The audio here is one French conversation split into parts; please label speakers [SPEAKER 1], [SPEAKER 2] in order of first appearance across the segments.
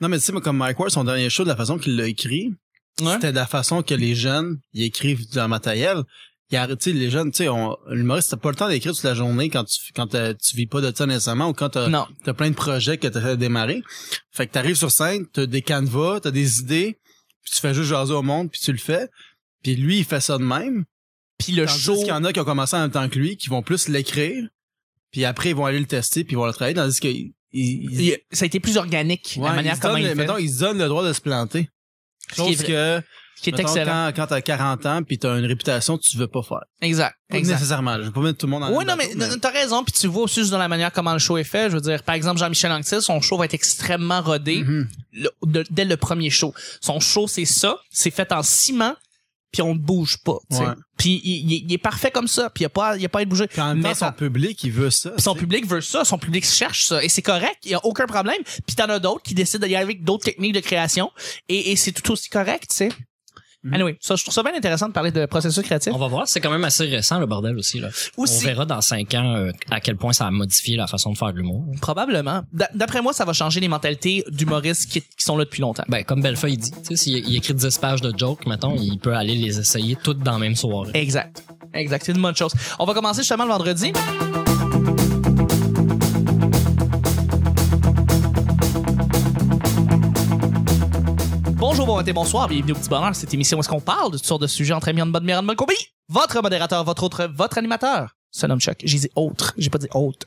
[SPEAKER 1] Non, mais tu sais, moi, comme Mike Ward, son dernier show, de la façon qu'il l'a écrit, c'était de la façon que les jeunes y écrivent dans matériel. Il a tu sais, les jeunes, tu sais, on- l'humoriste, t'as pas le temps d'écrire toute la journée quand tu quand euh, tu vis pas de ça nécessairement ou quand t'as
[SPEAKER 2] Non.
[SPEAKER 1] t'as plein de projets que t'as fait démarrer. Fait que t'arrives sur scène, t'as des canevas, t'as des idées, puis tu fais juste jaser au monde, puis tu le fais. Puis lui, il fait ça de même.
[SPEAKER 2] Puis le
[SPEAKER 1] Tandis
[SPEAKER 2] show.
[SPEAKER 1] qu'il y en a qui ont commencé en même temps que lui, qui vont plus l'écrire, puis après, ils vont aller le tester, puis ils vont le travailler, tandis que... il- il-
[SPEAKER 2] il- ça a été plus organique,
[SPEAKER 1] Ouais,
[SPEAKER 2] la manière
[SPEAKER 1] ils se
[SPEAKER 2] comment
[SPEAKER 1] donnent
[SPEAKER 2] il
[SPEAKER 1] le-
[SPEAKER 2] fait,
[SPEAKER 1] mettons, ils se donnent le droit de se planter.
[SPEAKER 2] Ce qui est
[SPEAKER 1] Chose
[SPEAKER 2] vrai.
[SPEAKER 1] que,
[SPEAKER 2] ce qui est
[SPEAKER 1] mettons,
[SPEAKER 2] excellent.
[SPEAKER 1] quand, quand t'as 40 ans puis t'as une réputation, tu veux pas faire.
[SPEAKER 2] Exact.
[SPEAKER 1] Pas
[SPEAKER 2] exact.
[SPEAKER 1] nécessairement. là, Je vais pas mettre tout le monde en
[SPEAKER 2] Oui, non,
[SPEAKER 1] même
[SPEAKER 2] mais,
[SPEAKER 1] bateau,
[SPEAKER 2] non, t'as raison, puis tu vois aussi juste dans la manière comment le show est fait. Je veux dire, par exemple, Jean-Michel Anctil, son show va être extrêmement rodé
[SPEAKER 1] Mhm.
[SPEAKER 2] le- de- dès le premier show. Son show, c'est ça, c'est fait en ciment, puis on ne bouge pas. tu sais.
[SPEAKER 1] Ouais.
[SPEAKER 2] Puis il, il- il est parfait comme ça, puis il n'y a, pas- il y a pas à être bougé.
[SPEAKER 1] Puis en même
[SPEAKER 2] Mais
[SPEAKER 1] temps, son
[SPEAKER 2] ça-
[SPEAKER 1] public, il veut ça.
[SPEAKER 2] Puis son
[SPEAKER 1] tu sais.
[SPEAKER 2] public veut ça, son public cherche ça, et c'est correct, il n'y a aucun problème. Puis t'en as d'autres qui décident d'aller avec d'autres techniques de création, et, et c'est tout aussi correct, tu sais.
[SPEAKER 1] Mhm.
[SPEAKER 2] Anyway, ça, je trouve ça bien intéressant de parler de processus créatif.
[SPEAKER 3] Mm-hmm. On va voir, c'est quand même assez récent le bordel aussi. Là.
[SPEAKER 2] Aussi,
[SPEAKER 3] On verra dans cinq ans euh, à quel point ça a modifié la façon de faire de l'humour.
[SPEAKER 2] Probablement. D'a- D'après moi, ça va changer les mentalités d'humoristes qui, qui sont là depuis longtemps.
[SPEAKER 3] Ben, comme Bellefeuille il dit, tu sais, s'il il écrit 10 pages de jokes, mettons, il peut aller les essayer toutes dans la même soirée.
[SPEAKER 2] Exact. Exact. C'est une bonne chose. On va commencer justement le vendredi. Bonjour, bon matin, bonsoir, bienvenue au Petit Bonheur, cette émission où est-ce qu'on parle de toutes sortes de sujets entre amis, en bonne mère, en bonne compagnie. Votre modérateur, votre autre, votre animateur, se nomme Chuck. J'ai dit autre, j'ai pas dit autre.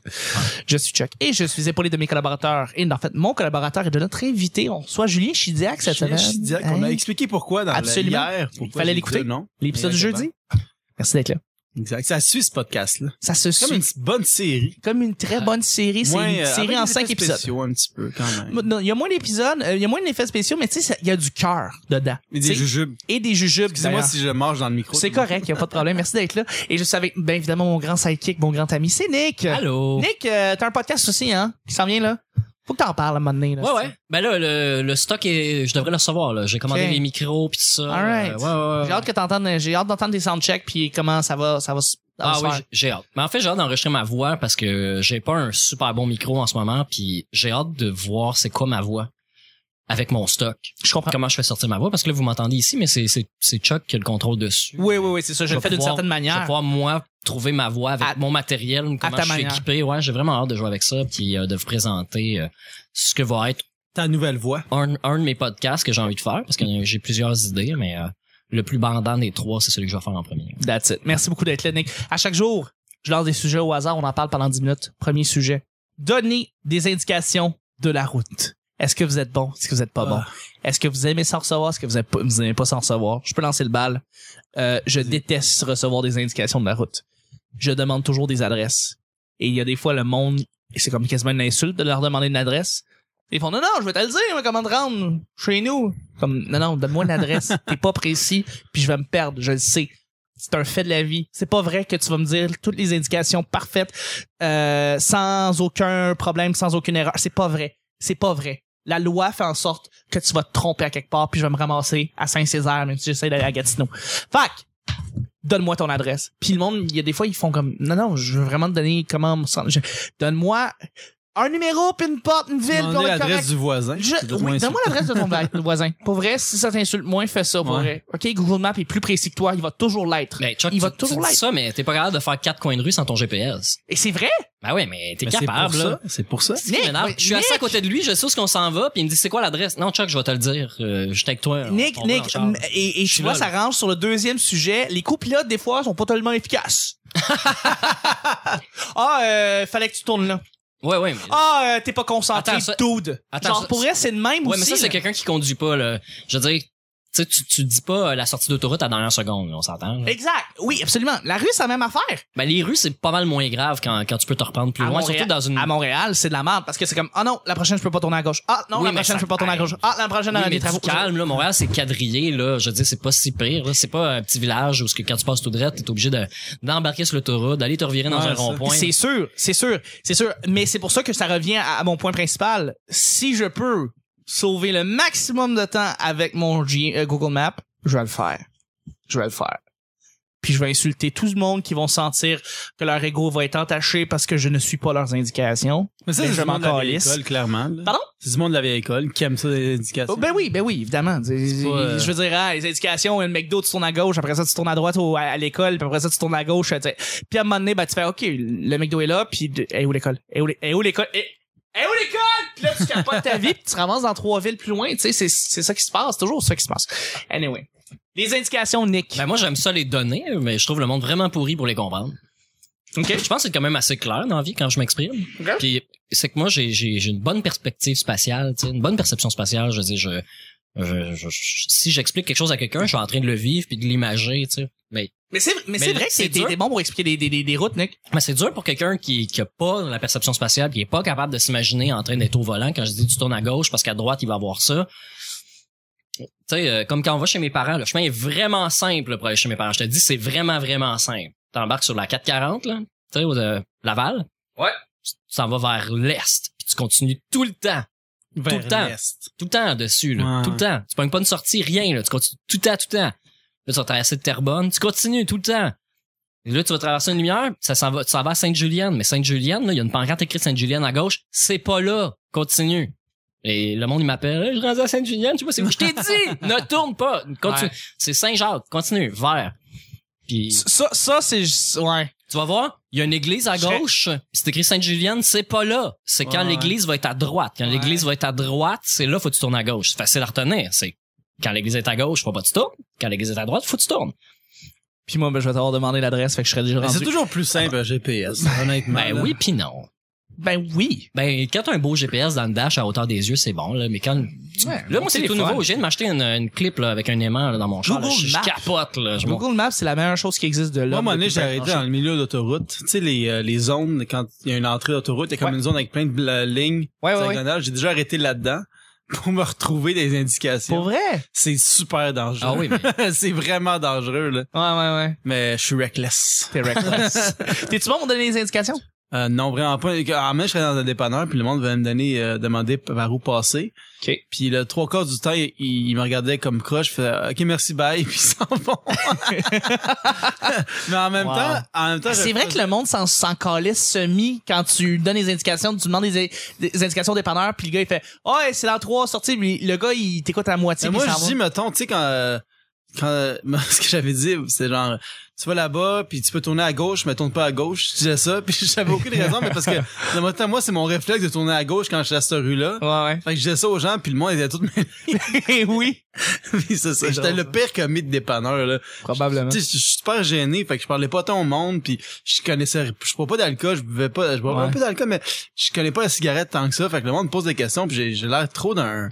[SPEAKER 2] Je suis Chuck et je suis épaulé de mes collaborateurs et en fait, mon collaborateur et de notre invité, on reçoit Julien Chidiac cette
[SPEAKER 1] Julien
[SPEAKER 2] semaine.
[SPEAKER 1] Chidiac, on a
[SPEAKER 2] Hein?
[SPEAKER 1] expliqué pourquoi dans
[SPEAKER 2] Absolument.
[SPEAKER 1] la hier.
[SPEAKER 2] Il fallait l'écouter.
[SPEAKER 1] Non.
[SPEAKER 2] L'épisode du jeudi.
[SPEAKER 1] Exactement.
[SPEAKER 2] Merci d'être là.
[SPEAKER 1] Exact. Ça suit ce podcast-là.
[SPEAKER 2] Ça se
[SPEAKER 1] C'est comme
[SPEAKER 2] suit.
[SPEAKER 1] une bonne série.
[SPEAKER 2] comme une très bonne série. C'est
[SPEAKER 1] Moins,
[SPEAKER 2] une
[SPEAKER 1] euh,
[SPEAKER 2] série
[SPEAKER 1] avec
[SPEAKER 2] en
[SPEAKER 1] des
[SPEAKER 2] cinq
[SPEAKER 1] effets
[SPEAKER 2] épisodes.
[SPEAKER 1] spéciaux un petit peu, quand même.
[SPEAKER 2] Non, Il y a moins d'épisodes, euh, il y a moins d'effets spéciaux, mais tu sais, ça- il y a du cœur dedans.
[SPEAKER 1] Mais
[SPEAKER 2] Tu
[SPEAKER 1] des
[SPEAKER 2] sais,
[SPEAKER 1] jujubes.
[SPEAKER 2] et des jujubes.
[SPEAKER 1] Excusez-moi
[SPEAKER 2] d'ailleurs.
[SPEAKER 1] si je mange dans le micro.
[SPEAKER 2] C'est correct, il n'y a pas de problème. Merci d'être là. Et je suis avec, bien évidemment, mon grand sidekick, mon grand ami, c'est Nick.
[SPEAKER 3] Allô?
[SPEAKER 2] Nick, euh, t'as un podcast aussi, hein, qui s'en vient, là. Faut que t'en parles à un moment donné, là.
[SPEAKER 3] Ouais, ouais. Ben là, le, le stock, est, je devrais le recevoir. là. J'ai commandé
[SPEAKER 2] Ok.
[SPEAKER 3] les micros pis tout ça.
[SPEAKER 2] Alright.
[SPEAKER 3] Euh, ouais, ouais, ouais.
[SPEAKER 2] J'ai hâte que t'entendes, j'ai hâte d'entendre tes soundchecks puis comment ça va, ça va, s- ça va
[SPEAKER 3] Ah
[SPEAKER 2] se
[SPEAKER 3] oui,
[SPEAKER 2] faire.
[SPEAKER 3] j'ai- j'ai hâte. Mais en fait, j'ai hâte d'enregistrer ma voix parce que j'ai pas un super bon micro en ce moment, puis j'ai hâte de voir c'est quoi ma voix avec mon stock.
[SPEAKER 2] Je comprends.
[SPEAKER 3] Comment je fais sortir ma voix parce que là vous m'entendez ici, mais c'est c'est c'est Chuck qui a le contrôle dessus.
[SPEAKER 2] Oui, oui, oui, c'est ça. Je, le
[SPEAKER 3] vais
[SPEAKER 2] fais d'une
[SPEAKER 3] pouvoir-
[SPEAKER 2] certaine
[SPEAKER 3] Je vais
[SPEAKER 2] manière.
[SPEAKER 3] pouvoir moi trouver ma voix avec
[SPEAKER 2] À-
[SPEAKER 3] mon matériel, comment
[SPEAKER 2] ta
[SPEAKER 3] je suis
[SPEAKER 2] manière.
[SPEAKER 3] équipé. Ouais, j'ai vraiment hâte de jouer avec ça, puis euh, de vous présenter euh, ce que va être
[SPEAKER 1] Ta nouvelle voix.
[SPEAKER 3] un, un de mes podcasts que j'ai envie de faire parce que euh, j'ai plusieurs idées, mais euh, le plus bandant des trois, c'est celui que je vais faire en premier.
[SPEAKER 2] That's it. Merci beaucoup d'être là, Nick. À chaque jour, je lance des sujets au hasard. On en parle pendant 10 minutes. Premier sujet. Donnez des indications de la route. Est-ce que vous êtes bon? Est-ce que vous êtes pas bon?
[SPEAKER 1] Ah.
[SPEAKER 2] Est-ce que vous aimez s'en recevoir? Est-ce que vous aimez pas, vous aimez pas s'en recevoir? Je peux lancer le bal. Euh, je déteste recevoir des indications de la route. Je demande toujours des adresses. Et il y a des fois le monde, et c'est comme quasiment une insulte de leur demander une adresse. Ils font, non, non, je vais te le dire, moi, comment te rendre chez nous. Comme, non, non, donne-moi une adresse. T'es pas précis, puis je vais me perdre, je le sais. C'est un fait de la vie. C'est pas vrai que tu vas me dire toutes les indications parfaites, euh, sans aucun problème, sans aucune erreur. C'est pas vrai. C'est pas vrai. La loi fait en sorte que tu vas te tromper à quelque part, puis je vais me ramasser à Saint-Césaire, même si j'essaie d'aller à Gatineau. Fac! Donne-moi ton adresse. Puis le monde, il y a des fois, ils font comme, non, non, je veux vraiment te donner comment on sent- je- Donne-moi un numéro, puis une porte, une ville, puis on
[SPEAKER 1] Demandez
[SPEAKER 2] va être correct.
[SPEAKER 1] l'adresse du voisin.
[SPEAKER 2] Je-
[SPEAKER 1] C'est de
[SPEAKER 2] oui,
[SPEAKER 1] moins
[SPEAKER 2] donne-moi l'adresse de ton vla- voisin. Pour vrai, si ça t'insulte moins, fais ça, pour
[SPEAKER 1] Ouais.
[SPEAKER 2] vrai. OK, Google Maps est plus précis que toi, il va toujours l'être.
[SPEAKER 3] Ben, Chuck,
[SPEAKER 2] Il
[SPEAKER 3] tu,
[SPEAKER 2] va toujours
[SPEAKER 3] tu dis
[SPEAKER 2] l'être.
[SPEAKER 3] ça, mais t'es pas capable de faire quatre coins de rue sans ton GPS.
[SPEAKER 2] Et c'est vrai?
[SPEAKER 3] Ben ouais, mais t'es
[SPEAKER 1] Mais c'est
[SPEAKER 3] capable,
[SPEAKER 1] pour
[SPEAKER 3] là.
[SPEAKER 1] ça, C'est pour ça.
[SPEAKER 3] C'est ce qui
[SPEAKER 2] Nick,
[SPEAKER 3] m'énerve.
[SPEAKER 2] oui,
[SPEAKER 3] je suis assis
[SPEAKER 2] Nick.
[SPEAKER 3] à côté de lui, je sais où ce qu'on s'en va, puis il me dit c'est quoi l'adresse. Non, Chuck, je vais te le dire. Euh, je suis avec toi. on-
[SPEAKER 2] Nick,
[SPEAKER 3] on va dans le
[SPEAKER 2] Nick,
[SPEAKER 3] char.
[SPEAKER 2] m- et, et tu
[SPEAKER 3] Je suis
[SPEAKER 2] vois,
[SPEAKER 3] là,
[SPEAKER 2] ça rentre sur le deuxième sujet. Les coups pilotes, des fois, sont pas tellement efficaces. ah, euh, fallait que tu tournes là.
[SPEAKER 3] Ouais, ouais. Mais,
[SPEAKER 2] Ah, euh, t'es pas concentré,
[SPEAKER 3] Attends, ça-
[SPEAKER 2] dude.
[SPEAKER 3] Attends,
[SPEAKER 2] Genre,
[SPEAKER 3] ça-
[SPEAKER 2] pour vrai, c'est le même
[SPEAKER 3] ouais, mais
[SPEAKER 2] aussi.
[SPEAKER 3] ça, c'est
[SPEAKER 2] là.
[SPEAKER 3] quelqu'un qui conduit pas, là. Je veux dire, tu sais, tu, tu dis pas euh, la sortie d'autoroute à la dernière seconde, là, on s'entend. là.
[SPEAKER 2] Exact. Oui, absolument. La rue, c'est la même affaire.
[SPEAKER 3] Ben, les rues, c'est pas mal moins grave quand, quand tu peux te reprendre plus
[SPEAKER 2] À
[SPEAKER 3] loin,
[SPEAKER 2] Montréal-
[SPEAKER 3] surtout dans une.
[SPEAKER 2] À Montréal, c'est de la merde parce que c'est comme, ah non, la prochaine, je peux pas tourner à gauche. Ah non,
[SPEAKER 3] Oui,
[SPEAKER 2] la
[SPEAKER 3] mais
[SPEAKER 2] prochaine,
[SPEAKER 3] ça-
[SPEAKER 2] je peux pas tourner à gauche. Ah, la prochaine,
[SPEAKER 3] Oui,
[SPEAKER 2] on a
[SPEAKER 3] mais
[SPEAKER 2] des
[SPEAKER 3] du
[SPEAKER 2] travaux.
[SPEAKER 3] calme, là. Montréal, c'est quadrillé, là. Je veux dire, c'est pas si pire, là. C'est pas un petit village où ce que quand tu passes tout droit, t'es obligé de- d'embarquer sur l'autoroute, d'aller te revirer dans
[SPEAKER 1] Ouais,
[SPEAKER 3] un
[SPEAKER 1] ça.
[SPEAKER 3] rond-point.
[SPEAKER 2] C'est sûr, c'est sûr, c'est sûr. Mais c'est pour ça que ça revient à, à mon point principal. Si je peux sauver le maximum de temps avec mon G- euh, Google Maps, je vais le faire. Je vais le faire. puis je vais insulter tout le monde qui vont sentir que leur ego va être entaché parce que je ne suis pas leurs indications.
[SPEAKER 1] Mais ça,
[SPEAKER 2] Ben,
[SPEAKER 1] c'est
[SPEAKER 2] je
[SPEAKER 1] du monde de
[SPEAKER 2] m'en
[SPEAKER 1] la vieille
[SPEAKER 2] calisse.
[SPEAKER 1] école, clairement. là.
[SPEAKER 2] Pardon?
[SPEAKER 1] C'est du monde de la vieille école qui aime ça, les indications.
[SPEAKER 2] Oh, ben oui, ben oui, évidemment. C'est-
[SPEAKER 1] pas,
[SPEAKER 2] Je veux dire, ah, les indications, le McDo, tu tournes à gauche, après ça, tu tournes à droite au- à, à l'école, puis après ça, tu tournes à gauche. tu sais. Puis à un moment donné, ben, tu fais, OK, le McDo est là, puis de- est où l'école? Est où l'é- est où l'école? Est est où l'école? Puis là, tu capotes ta vie, puis tu te ramasses dans trois villes plus loin. Tu sais, c'est- c'est ça qui se passe, toujours ça qui se passe. Anyway. Les indications, Nick.
[SPEAKER 3] Ben moi j'aime ça les donner, mais je trouve le monde vraiment pourri pour les comprendre.
[SPEAKER 2] OK.
[SPEAKER 3] Je pense que c'est quand même assez clair dans la vie quand je m'exprime.
[SPEAKER 2] Ok.
[SPEAKER 3] Puis c'est que moi j'ai j'ai j'ai une bonne perspective spatiale, tu sais, une bonne perception spatiale. Je dis je, je- je- je- si j'explique quelque chose à quelqu'un, je suis en train de le vivre puis de l'imager, tu sais. Mais
[SPEAKER 2] Mais c'est mais c'est
[SPEAKER 3] Mais
[SPEAKER 2] vrai que
[SPEAKER 3] c'est
[SPEAKER 2] t'es- t'es
[SPEAKER 3] dur.
[SPEAKER 2] t'es bon pour expliquer des, des, des, des routes, Nick.
[SPEAKER 3] mais c'est dur pour quelqu'un qui qui a pas la perception spatiale, qui est pas capable de s'imaginer en train d'être au volant quand je dis tu tournes à gauche parce qu'à droite il va avoir ça. Tu sais, euh, comme quand on va chez mes parents, le chemin est vraiment simple pour aller chez mes parents. Je te dis, c'est vraiment, vraiment simple. T'embarques sur la 440, là, tu sais, au- de Laval.
[SPEAKER 2] Ouais.
[SPEAKER 3] Tu tu t'en vas vers l'est, puis tu continues tout le temps,
[SPEAKER 1] Vers
[SPEAKER 3] tout le temps.
[SPEAKER 1] l'est.
[SPEAKER 3] tout le temps dessus, là,
[SPEAKER 1] Ouais.
[SPEAKER 3] tout le temps. Tu pognes pas une sortie, rien, là. Tu continues tout le temps, tout le temps. Là, tu vas traverser de Terrebonne, tu continues tout le temps. Et là, tu vas traverser une lumière, ça s'en va, ça va à Sainte-Julienne. Mais Sainte-Julienne, là, il y a une pancarte écrite Sainte-Julienne à gauche. C'est pas là. Continue. Et le monde, il m'appelle, Hey, je suis rendu à Sainte-Julienne, je sais pas, c'est où. Je t'ai dit, ne tourne pas. Continue.
[SPEAKER 2] Ouais.
[SPEAKER 3] C'est Saint-Jacques, continue, vert. Puis,
[SPEAKER 2] Ça, ça c'est juste- Ouais.
[SPEAKER 3] tu vas voir, il y a une église à
[SPEAKER 2] Je-
[SPEAKER 3] gauche, c'est écrit Sainte-Julienne, c'est pas là. C'est quand
[SPEAKER 1] Ouais.
[SPEAKER 3] l'église va être à droite. Quand
[SPEAKER 2] Ouais.
[SPEAKER 3] l'église va être à droite, c'est là, faut que tu tournes à gauche. C'est facile à retenir. C'est quand l'église est à gauche, faut pas que tu tournes. Quand l'église est à droite, faut que tu tournes.
[SPEAKER 2] Puis moi, ben, je vais t'avoir demandé l'adresse, fait que je serais déjà
[SPEAKER 1] Mais C'est
[SPEAKER 2] rendu.
[SPEAKER 1] toujours plus simple, un GPS, honnêtement.
[SPEAKER 3] Ben
[SPEAKER 1] là.
[SPEAKER 3] oui, puis non.
[SPEAKER 2] Ben oui.
[SPEAKER 3] Ben, quand t'as un beau GPS dans le dash à hauteur des yeux, c'est bon, là. Mais quand. Là, moi, c'est tout nouveau. J'ai viens de m'acheter une, une clip, là, avec un aimant, là, dans mon char. là.
[SPEAKER 2] Google
[SPEAKER 3] Je, je
[SPEAKER 2] Maps.
[SPEAKER 3] capote, là. Je m'en-
[SPEAKER 2] Google Maps, c'est la meilleure chose qui existe de là.
[SPEAKER 1] Moi, à un moment donné, j'ai arrêté dans le milieu d'autoroute. Tu sais, les, euh, les zones, quand il y a une entrée d'autoroute, il y a comme
[SPEAKER 2] Ouais.
[SPEAKER 1] une zone avec plein de bla- lignes
[SPEAKER 2] Ouais, ouais, ouais.
[SPEAKER 1] diagonales. J'ai déjà arrêté là-dedans pour me retrouver des
[SPEAKER 2] Pour
[SPEAKER 1] indications.
[SPEAKER 2] vrai?
[SPEAKER 1] C'est super
[SPEAKER 3] Ah
[SPEAKER 1] dangereux.
[SPEAKER 3] oui, mais.
[SPEAKER 1] c'est vraiment dangereux, là.
[SPEAKER 2] Ouais, ouais, ouais.
[SPEAKER 1] Mais je suis reckless.
[SPEAKER 2] T'es reckless. T'es-tu bon pour donner des indications?
[SPEAKER 1] Euh, non, vraiment pas. En même, je serais dans un dépanneur, puis le monde venait me donner, euh, demander par où passer.
[SPEAKER 2] OK.
[SPEAKER 1] Puis le trois quarts du temps, il, il me regardait comme croche, je faisais « OK, merci, bye », puis ils s'en vont. Mais en même
[SPEAKER 2] Wow.
[SPEAKER 1] temps, en même temps...
[SPEAKER 2] Ah, C'est
[SPEAKER 1] je-
[SPEAKER 2] vrai que le monde s'en, s'en calisse semi quand tu donnes des indications, tu demandes des, des indications au dépanneur, puis le gars, il fait, ouais, c'est dans trois sorties, puis le gars, il t'écoute à moitié,
[SPEAKER 1] Mais
[SPEAKER 2] puis
[SPEAKER 1] moi,
[SPEAKER 2] il s'en
[SPEAKER 1] je dis, mettons, tu sais, quand, euh, quand euh, moi, ce que j'avais dit, c'est genre, tu vas là-bas, puis tu peux tourner à gauche, mais tourne pas à gauche. Je disais ça, puis j'avais aucune raison, mais parce que, en même temps, moi, c'est mon réflexe de tourner à gauche quand je suis à cette rue-là.
[SPEAKER 2] va. Ouais,
[SPEAKER 1] Fait que je disais ça aux gens, puis le monde était tout
[SPEAKER 2] ouais. oui.
[SPEAKER 1] Puis c'est ça,
[SPEAKER 2] C'est
[SPEAKER 1] j'étais
[SPEAKER 2] drôle,
[SPEAKER 1] le
[SPEAKER 2] ça.
[SPEAKER 1] pire commis de dépanneur, là.
[SPEAKER 2] Probablement.
[SPEAKER 1] Tu sais, je suis super gêné, fait que je parlais pas tant au monde, puis je connaissais, je bois pas d'alcool, je buvais pas, je bois
[SPEAKER 2] Ouais.
[SPEAKER 1] un peu d'alcool, mais je connais pas la cigarette tant que ça, fait que le monde me pose des questions, puis j'ai- j'ai l'air trop d'un...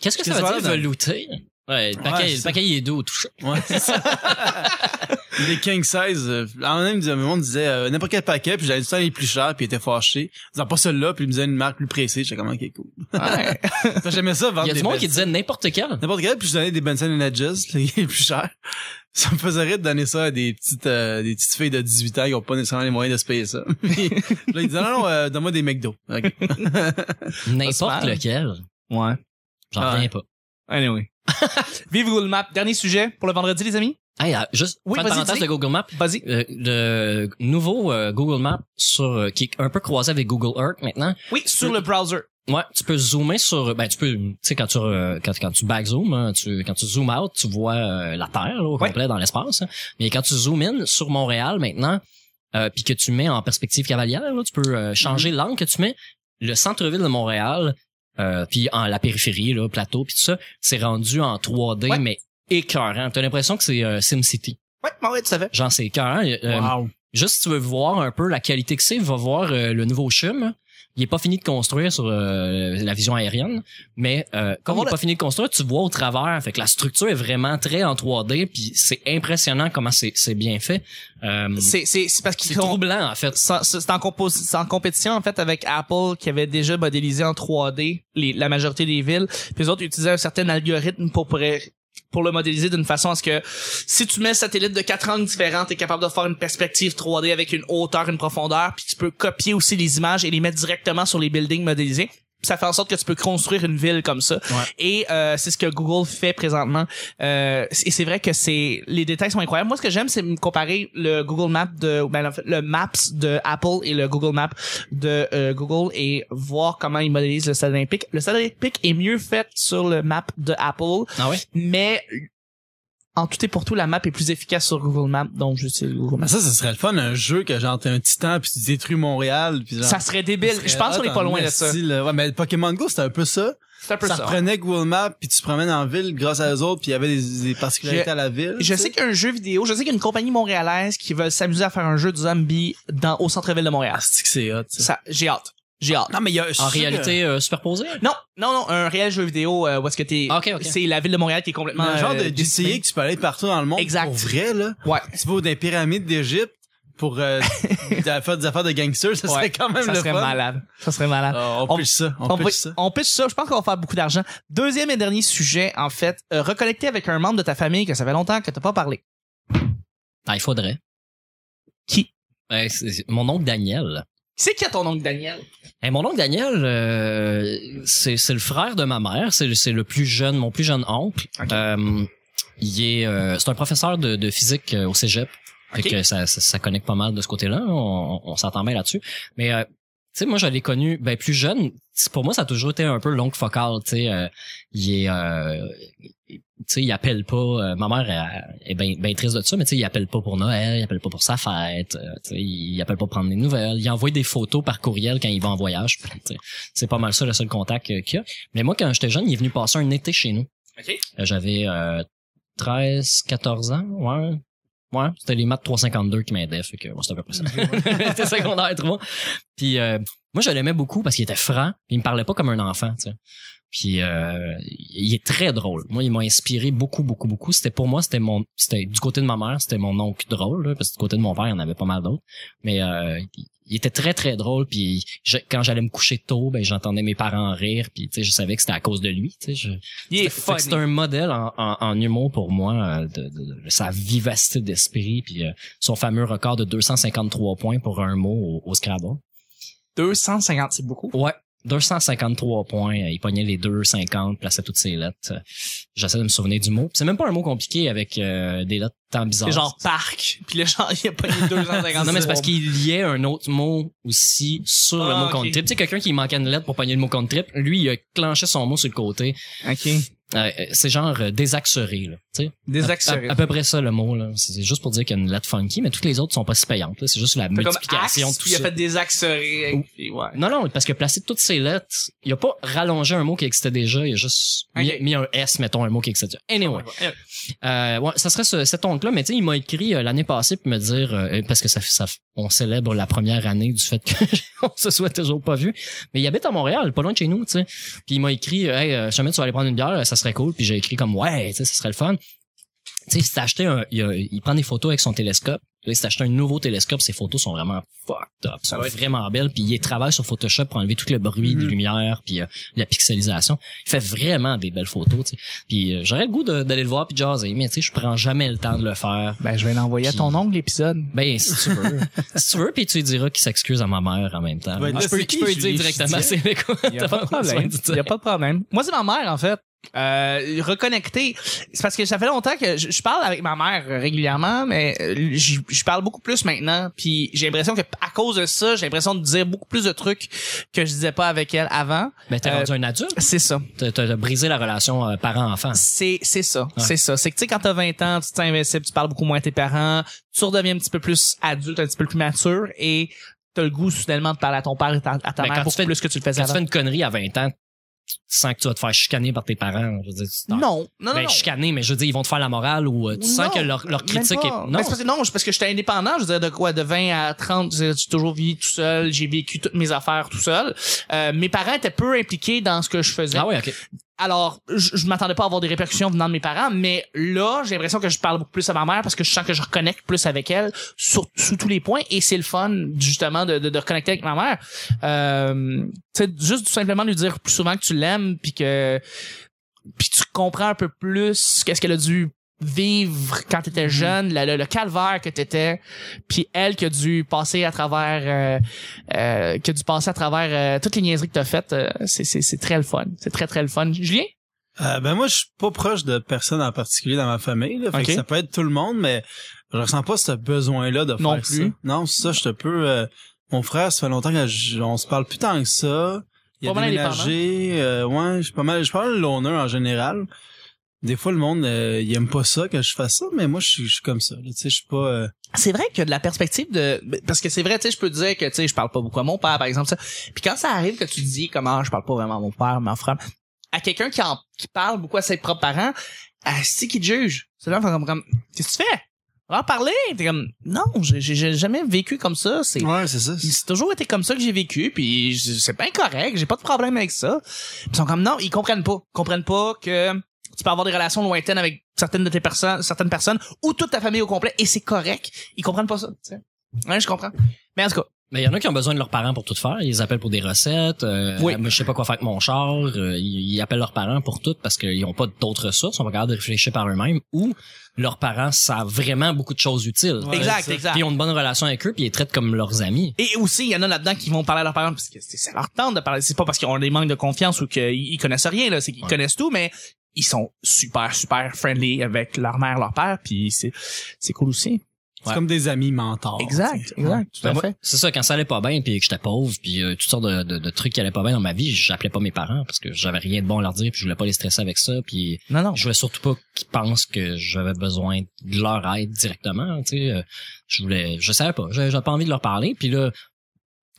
[SPEAKER 3] Qu'est-ce que ça
[SPEAKER 1] Qu'est-ce
[SPEAKER 3] veut
[SPEAKER 1] que
[SPEAKER 3] dire,
[SPEAKER 1] ça veut
[SPEAKER 3] velouté? Ouais, le paquet,
[SPEAKER 1] Ouais, c'est
[SPEAKER 3] le
[SPEAKER 1] ça.
[SPEAKER 3] paquet, il est doux, tout ça.
[SPEAKER 1] Ouais, c'est ça. Il est king size. euh, En même temps, le monde disait euh, n'importe quel paquet, puis j'avais du temps les plus chers, puis il était fâché. En disant pas celui-là, puis il me disait une marque plus précise. J'étais comme, ok, cool.
[SPEAKER 2] Ouais.
[SPEAKER 1] Ça, J'aimais ça vendre
[SPEAKER 3] Il y a
[SPEAKER 1] des
[SPEAKER 3] du monde qui
[SPEAKER 1] Benson.
[SPEAKER 3] disait n'importe quel.
[SPEAKER 1] N'importe quel, puis je donnais des Benson Edges, les plus chers. Ça me faisait rire de donner ça à des petites, euh, des petites filles de 18 ans qui ont pas nécessairement les moyens de se payer ça. Puis, là, ils disaient, non, non, euh, donne-moi des McDo. Ok.
[SPEAKER 2] Pas
[SPEAKER 3] N'importe
[SPEAKER 2] mal.
[SPEAKER 3] lequel.
[SPEAKER 2] Ouais.
[SPEAKER 3] J'en
[SPEAKER 1] Ouais.
[SPEAKER 3] reviens pas.
[SPEAKER 2] Anyway. Vive Google Maps. Dernier sujet pour le vendredi, les amis.
[SPEAKER 3] Hey, euh, juste
[SPEAKER 2] Oui,
[SPEAKER 3] oui,
[SPEAKER 2] vas-y,
[SPEAKER 3] parenthèse
[SPEAKER 2] dis.
[SPEAKER 3] de Google Maps.
[SPEAKER 2] Vas-y.
[SPEAKER 3] Euh, le nouveau euh, Google Maps sur euh, qui est un peu croisé avec Google Earth maintenant.
[SPEAKER 2] Oui, sur le browser.
[SPEAKER 3] Ouais, tu peux zoomer sur ben tu peux tu sais quand tu re- quand, quand tu back zoom, hein, tu quand tu zoom out, tu vois euh, la Terre là, au
[SPEAKER 2] Ouais.
[SPEAKER 3] complet dans l'espace. hein. Mais quand tu zoomes in sur Montréal maintenant euh, puis que tu mets en perspective cavalière, là, tu peux euh, changer
[SPEAKER 2] Mhm.
[SPEAKER 3] l'angle que tu mets le centre-ville de Montréal euh, puis en la périphérie là, plateau puis tout ça, c'est rendu en 3D
[SPEAKER 2] Ouais.
[SPEAKER 3] mais écœurant. T'as l'impression que c'est euh, SimCity.
[SPEAKER 2] Ouais, ouais, tout à fait.
[SPEAKER 3] Genre c'est écœurant. Euh,
[SPEAKER 1] wow.
[SPEAKER 3] Juste si tu veux voir un peu la qualité que c'est, va voir euh, le nouveau chum. Il est pas fini de construire sur euh, la vision aérienne, mais euh, comme
[SPEAKER 2] On va
[SPEAKER 3] il
[SPEAKER 2] le-
[SPEAKER 3] est pas fini de construire, tu vois au travers. Fait que la structure est vraiment très en 3D, puis c'est impressionnant comment c'est c'est bien fait. Euh,
[SPEAKER 1] Hmm.
[SPEAKER 2] C'est, c'est, c'est parce
[SPEAKER 3] c'est
[SPEAKER 2] qu'ils ont,
[SPEAKER 3] troublant en fait.
[SPEAKER 2] Ça- ça- c'est en, compos- c'est en compétition en fait avec Apple qui avait déjà modélisé en 3D les- la majorité des villes. Puis les autres utilisaient un certain algorithme pour pour, pour le modéliser d'une façon à ce que si tu mets le satellite de quatre angles différents, t'es capable de faire une perspective 3D avec une hauteur, une profondeur, puis tu peux copier aussi les images et les mettre directement sur les buildings modélisés. ça fait en sorte que tu peux construire une ville comme ça. Et euh, c'est ce que Google fait présentement. Euh, c- et c'est vrai que c'est les détails sont incroyables. Moi, ce que j'aime, c'est me comparer le Google Maps de ben, en fait, le Maps de Apple et le Google Maps de euh, Google et voir comment ils modélisent le Stade Olympique. Le Stade Olympique est mieux fait sur le Map de Apple,
[SPEAKER 3] Ah ouais?
[SPEAKER 2] mais en tout et pour tout, la map est plus efficace sur Google Maps, donc j'utilise Google
[SPEAKER 1] Mais
[SPEAKER 2] Maps.
[SPEAKER 1] Ben, ça, ça serait le fun, un jeu que genre t'es un titan puis tu détruis Montréal puis genre.
[SPEAKER 2] Ça serait débile. Je pense qu'on est pas loin de ça.
[SPEAKER 1] Style, ouais, mais Pokémon Go, c'était un peu ça.
[SPEAKER 2] C'est un peu
[SPEAKER 1] ça,
[SPEAKER 2] ça.
[SPEAKER 1] reprenait Google Maps puis tu te promènes en ville grâce à eux autres puis il y avait des, des particularités
[SPEAKER 2] Je-
[SPEAKER 1] à la ville.
[SPEAKER 2] Je
[SPEAKER 1] tu
[SPEAKER 2] sais qu'il y a un jeu vidéo, je sais qu'il y a une compagnie montréalaise qui veut s'amuser à faire un jeu de zombies dans, au centre-ville de Montréal.
[SPEAKER 1] Ah, c'est que c'est hot. ça.
[SPEAKER 2] Ça, j'ai hâte. J'ai hâte.
[SPEAKER 1] Non, mais il y a. je
[SPEAKER 3] En
[SPEAKER 1] sais
[SPEAKER 3] réalité euh, superposée?
[SPEAKER 2] Non, non, non, un réel jeu vidéo euh, où est-ce que t'es...
[SPEAKER 3] Ah, ok, ok.
[SPEAKER 2] C'est la ville de Montréal qui est
[SPEAKER 1] que-
[SPEAKER 2] complètement...
[SPEAKER 1] mais un genre de
[SPEAKER 2] euh,
[SPEAKER 1] GTA
[SPEAKER 2] décimée.
[SPEAKER 1] que tu peux aller partout dans le monde.
[SPEAKER 2] Exact.
[SPEAKER 1] Pour vrai, là.
[SPEAKER 2] Ouais.
[SPEAKER 1] Tu vas des pyramides d'Égypte pour euh, faire des affaires de gangsters, ça serait
[SPEAKER 2] Ouais,
[SPEAKER 1] quand même
[SPEAKER 2] Ça
[SPEAKER 1] le
[SPEAKER 2] serait
[SPEAKER 1] fun.
[SPEAKER 2] malade. Ça serait malade.
[SPEAKER 1] Ah, on,
[SPEAKER 2] On-
[SPEAKER 1] pitch ça, on,
[SPEAKER 2] On,
[SPEAKER 1] pitch
[SPEAKER 2] peut-
[SPEAKER 1] ça.
[SPEAKER 2] on pitch ça. Je pense qu'on va faire beaucoup d'argent. Deuxième et dernier sujet, en fait, euh, reconnecter avec un membre de ta famille que ça fait longtemps que t'as pas parlé.
[SPEAKER 3] Ah, il faudrait.
[SPEAKER 2] Qui?
[SPEAKER 3] Ben, c'est- c'est mon oncle Daniel.
[SPEAKER 2] C'est qui a ton oncle Daniel?
[SPEAKER 3] Eh, mon oncle Daniel, euh, c'est c'est le frère de ma mère. C'est le- c'est le plus jeune, mon plus jeune oncle.
[SPEAKER 2] Ok.
[SPEAKER 3] Euh, il est, euh, c'est un professeur de, de physique euh, au cégep. Fait
[SPEAKER 2] Ok.
[SPEAKER 3] que ça, ça, ça connecte pas mal de ce côté-là. On, on s'entend bien là-dessus. Mais euh, tu sais, moi, je l'ai connu ben plus jeune. C'est- Pour moi, ça a toujours été un peu l'oncle focal. Tu sais, euh, il est, euh, tu sais, il appelle pas. euh, ma mère elle- elle est bien triste de ça, mais tu sais, il appelle pas pour Noël, il appelle pas pour sa fête. euh, tu sais, il appelle pas pour prendre des nouvelles. Il envoie des photos par courriel quand il va en voyage. puis, tu sais, C'est pas mal ça le seul contact euh, qu'il y a. Mais moi, quand j'étais jeune, il est venu passer un été chez nous.
[SPEAKER 2] Ok.
[SPEAKER 3] Euh, J'avais euh, 13, 14 ans, ouais. Ouais, c'était les maths 352 qui m'aidaient, fait que bon, c'était à peu près ça. c'était secondaire 3. Puis euh, moi, je l'aimais beaucoup parce qu'il était franc, puis il me parlait pas comme un enfant, tu sais. Puis euh, il est très drôle. Moi, il m'a inspiré beaucoup, beaucoup, beaucoup. C'était pour moi, c'était mon, c'était du côté de ma mère, c'était mon oncle drôle, là, parce que du côté de mon père, il y en avait pas mal d'autres. Mais euh, il- il était très, très drôle. Puis je- quand j'allais me coucher tôt, ben j'entendais mes parents rire. Puis tu sais, je savais que c'était à cause de lui. Tu sais, je,
[SPEAKER 2] Il est
[SPEAKER 3] fait que
[SPEAKER 2] funny.
[SPEAKER 3] C'est un modèle en, en, en humour pour moi, euh, de, de- de sa vivacité d'esprit, puis euh, son fameux record de 253 points pour un mot au, au Scrabble.
[SPEAKER 2] 250, c'est beaucoup.
[SPEAKER 3] Ouais. 253 points, euh, il pognait les 250, plaçait toutes ses lettres. Euh, J'essaie de me souvenir du mot. C'est même pas un mot compliqué avec euh, des lettres tant bizarres.
[SPEAKER 2] C'est genre parc. Puis le genre, il a pas les 250.
[SPEAKER 3] Non, mais c'est parce qu'il liait un autre mot aussi sur le
[SPEAKER 2] Ah,
[SPEAKER 3] mot
[SPEAKER 2] ok.
[SPEAKER 3] compte trip. Tu sais, quelqu'un qui manquait une lettre pour pogner le mot compte trip, lui, il a clenché son mot sur le côté.
[SPEAKER 2] OK.
[SPEAKER 3] Euh, euh, c'est genre euh, désaxeré, là. Tu sais,
[SPEAKER 2] Des
[SPEAKER 3] À, à- à peu près ça le mot là. C'est c'est juste pour dire qu'il y a une lettre funky, mais toutes les autres sont pas si payantes. là. C'est juste la
[SPEAKER 2] Fait comme
[SPEAKER 3] multiplication,
[SPEAKER 2] axe,
[SPEAKER 3] tout
[SPEAKER 2] puis il a
[SPEAKER 3] ça.
[SPEAKER 2] fait des axes ré-
[SPEAKER 3] Ouh.
[SPEAKER 2] puis ouais.
[SPEAKER 3] Non, non, parce que placer toutes ces lettres, il a pas rallongé un mot qui existait déjà, il a juste mis-
[SPEAKER 2] Ok.
[SPEAKER 3] mis, un S, mettons, un mot qui existait déjà. Anyway. Euh, ouais, ça serait ce- cet oncle-là, mais tu sais, il m'a écrit euh, l'année passée pour me dire, euh, parce que ça, ça, on célèbre la première année du fait qu'on se soit toujours pas vu, mais il habite à Montréal, pas loin de chez nous, tu sais. Puis il m'a écrit, hey, euh, jamais tu vas aller prendre une bière, ça serait cool. Puis j'ai écrit comme, ouais, tu sais, ça serait le fun. Tu sais, il s'est acheté un, il, a- il prend des photos avec son télescope. Là, il s'est acheté un nouveau télescope. Ses photos sont vraiment fucked up. sont
[SPEAKER 2] Ah ouais.
[SPEAKER 3] vraiment belles. Puis il travaille sur Photoshop pour enlever tout le bruit des
[SPEAKER 1] Mhm.
[SPEAKER 3] lumières, puis euh, la pixelisation. Il fait vraiment des belles photos, tu sais. Puis euh, j'aurais le goût de- d'aller le voir puis de jaser, mais tu sais, je prends jamais le temps de le faire.
[SPEAKER 2] Ben, je vais l'envoyer
[SPEAKER 3] à ton
[SPEAKER 2] ongle, l'épisode.
[SPEAKER 3] Ben, si tu veux. si tu veux, puis tu lui diras qu'il s'excuse à ma mère en même temps.
[SPEAKER 1] Tu vas être
[SPEAKER 3] Ah,
[SPEAKER 1] là,
[SPEAKER 3] je peux,
[SPEAKER 1] c'est
[SPEAKER 3] je
[SPEAKER 1] qui,
[SPEAKER 3] peux lui
[SPEAKER 1] Julien
[SPEAKER 3] dire directement,
[SPEAKER 1] Chidiac?
[SPEAKER 3] c'est mais quoi?
[SPEAKER 2] Il y a
[SPEAKER 3] t'as
[SPEAKER 2] pas de
[SPEAKER 3] besoin
[SPEAKER 2] problème.
[SPEAKER 3] de dire.
[SPEAKER 2] Il y a pas de problème. Moi, c'est ma mère, en fait. Euh, reconnecter. C'est parce que ça fait longtemps que je, je parle avec ma mère euh, régulièrement, mais euh, je, je parle beaucoup plus maintenant. Puis j'ai l'impression que à cause de ça, j'ai l'impression de dire beaucoup plus de trucs que je disais pas avec elle avant.
[SPEAKER 3] Ben, t'es
[SPEAKER 2] Euh,
[SPEAKER 3] rendu un adulte.
[SPEAKER 2] C'est ça.
[SPEAKER 3] T'as- T'as t'as brisé la relation euh, parent-enfant.
[SPEAKER 2] C'est, c'est ça. C'est ça. C'est que, tu sais, quand t'as 20 ans, tu t'investis, tu parles beaucoup moins à tes parents, tu redeviens un petit peu plus adulte, un petit peu plus mature et t'as le goût, soudainement, de parler à ton père et ta- à ta
[SPEAKER 3] Ben, quand
[SPEAKER 2] mère
[SPEAKER 3] tu
[SPEAKER 2] beaucoup
[SPEAKER 3] fais-
[SPEAKER 2] plus que tu le faisais
[SPEAKER 3] Quand tu
[SPEAKER 2] avant.
[SPEAKER 3] fais une connerie à 20 ans, tu sens que tu vas te faire chicaner par tes parents. Je veux dire, tu t'en-
[SPEAKER 2] Non, non, non.
[SPEAKER 3] ben,
[SPEAKER 2] non.
[SPEAKER 3] chicaner, mais je veux dire, ils vont te faire la morale ou euh, tu sens
[SPEAKER 2] Non,
[SPEAKER 3] que leur, leur critique
[SPEAKER 2] même
[SPEAKER 3] est.
[SPEAKER 2] pas.
[SPEAKER 3] Non,
[SPEAKER 2] Ben, c'est parce que, non, c'est parce que j'étais indépendant. Je veux dire, de quoi, de 20 à 30, je veux dire, j'ai toujours vécu tout seul. J'ai vécu toutes mes affaires tout seul. Euh, mes parents étaient peu impliqués dans ce que je faisais.
[SPEAKER 3] ah ouais, ok.
[SPEAKER 2] Alors, je, je m'attendais pas à avoir des répercussions venant de mes parents, mais là, j'ai l'impression que je parle beaucoup plus à ma mère parce que je sens que je reconnecte plus avec elle sur, sous tous les points et c'est le fun, justement, de, de, de reconnecter avec ma mère. Euh, tu sais, juste tout simplement lui dire plus souvent que tu l'aimes puis que puis tu comprends un peu plus qu'est-ce qu'elle a dû vivre quand t'étais jeune, le, le- le calvaire que t'étais, puis elle qui a dû passer à travers, euh, euh, qui a dû passer à travers euh, toutes les niaiseries que t'as faites, euh, c'est, c'est, c'est très le fun. C'est très très le fun. Julien?
[SPEAKER 1] Euh, ben moi, je suis pas proche de personne en particulier dans ma famille. Là, Fait
[SPEAKER 2] Ok.
[SPEAKER 1] que ça peut être tout le monde, mais je ressens pas ce besoin-là de
[SPEAKER 2] Non
[SPEAKER 1] faire
[SPEAKER 2] plus.
[SPEAKER 1] ça. Non, ça, je te peux. euh, mon frère, ça fait longtemps qu'on se parle plus tant que ça. Il
[SPEAKER 2] Pas
[SPEAKER 1] a
[SPEAKER 2] mal
[SPEAKER 1] déménagé. euh, ouais, je suis pas mal. Je suis pas mal loner en général. Des fois, le monde, euh, il aime pas ça que je fasse ça, mais moi, je suis je suis comme ça. là, Tu sais, je suis pas. euh,
[SPEAKER 2] C'est vrai que de la perspective de parce que c'est vrai tu sais je peux te dire que tu sais je parle pas beaucoup à mon père par exemple ça. Puis quand ça arrive que tu te dis comment je parle pas vraiment à mon père, mon frère à quelqu'un qui en, qui parle beaucoup à ses propres parents, à si qui te juge. C'est là comme comme qu'est-ce que tu fais Va en parler, t'es comme non, j'ai- j'ai j'ai jamais vécu comme ça, c'est
[SPEAKER 1] Ouais, c'est ça.
[SPEAKER 2] c'est toujours été comme ça que j'ai vécu, puis je- c'est pas correct, j'ai pas de problème avec ça. Puis Ils sont comme non, ils comprennent pas, ils comprennent pas que tu peux avoir des relations lointaines avec certaines de tes personnes, certaines personnes ou toute ta famille au complet et c'est correct. Ils comprennent pas ça. tu sais. Ouais, je comprends. Mais en tout cas,
[SPEAKER 3] Mais il y en a qui ont besoin de leurs parents pour tout faire. Ils appellent pour des recettes. Euh,
[SPEAKER 2] Oui.
[SPEAKER 3] Moi, je sais pas quoi faire avec mon char. Euh, ils, ils appellent leurs parents pour tout parce qu'ils ont pas d'autres ressources. Ils sont pas capables de réfléchir par eux-mêmes. Ou leurs parents savent vraiment beaucoup de choses utiles.
[SPEAKER 1] Ouais,
[SPEAKER 2] exact,
[SPEAKER 1] c'est ça.
[SPEAKER 2] exact.
[SPEAKER 3] Puis ils ont une bonne relation avec eux, puis ils les traitent comme leurs amis.
[SPEAKER 2] Et aussi, il y en a là-dedans qui vont parler à leurs parents parce que c'est ça leur tente de parler. C'est pas parce qu'ils ont des manques de confiance ou qu'ils ils connaissent rien là, c'est qu'ils
[SPEAKER 3] Ouais.
[SPEAKER 2] connaissent tout, mais ils sont super super friendly avec leur mère, leur père, puis c'est c'est cool aussi.
[SPEAKER 1] C'est
[SPEAKER 3] Ouais.
[SPEAKER 1] comme des amis mentors. tu
[SPEAKER 2] Exact,
[SPEAKER 1] sais.
[SPEAKER 2] exact, tout
[SPEAKER 3] Ben,
[SPEAKER 2] à
[SPEAKER 3] moi,
[SPEAKER 2] fait.
[SPEAKER 3] C'est ça, quand ça allait pas bien, puis que j'étais pauvre, puis euh, toutes sortes de, de- de trucs qui allaient pas bien dans ma vie, j'appelais pas mes parents parce que j'avais rien de bon à leur dire, puis je voulais pas les stresser avec ça, puis
[SPEAKER 2] Non non.
[SPEAKER 3] je voulais surtout pas qu'ils pensent que j'avais besoin de leur aide directement, tu sais. Euh, Je voulais, je savais pas, j'avais j'avais pas envie de leur parler, puis là,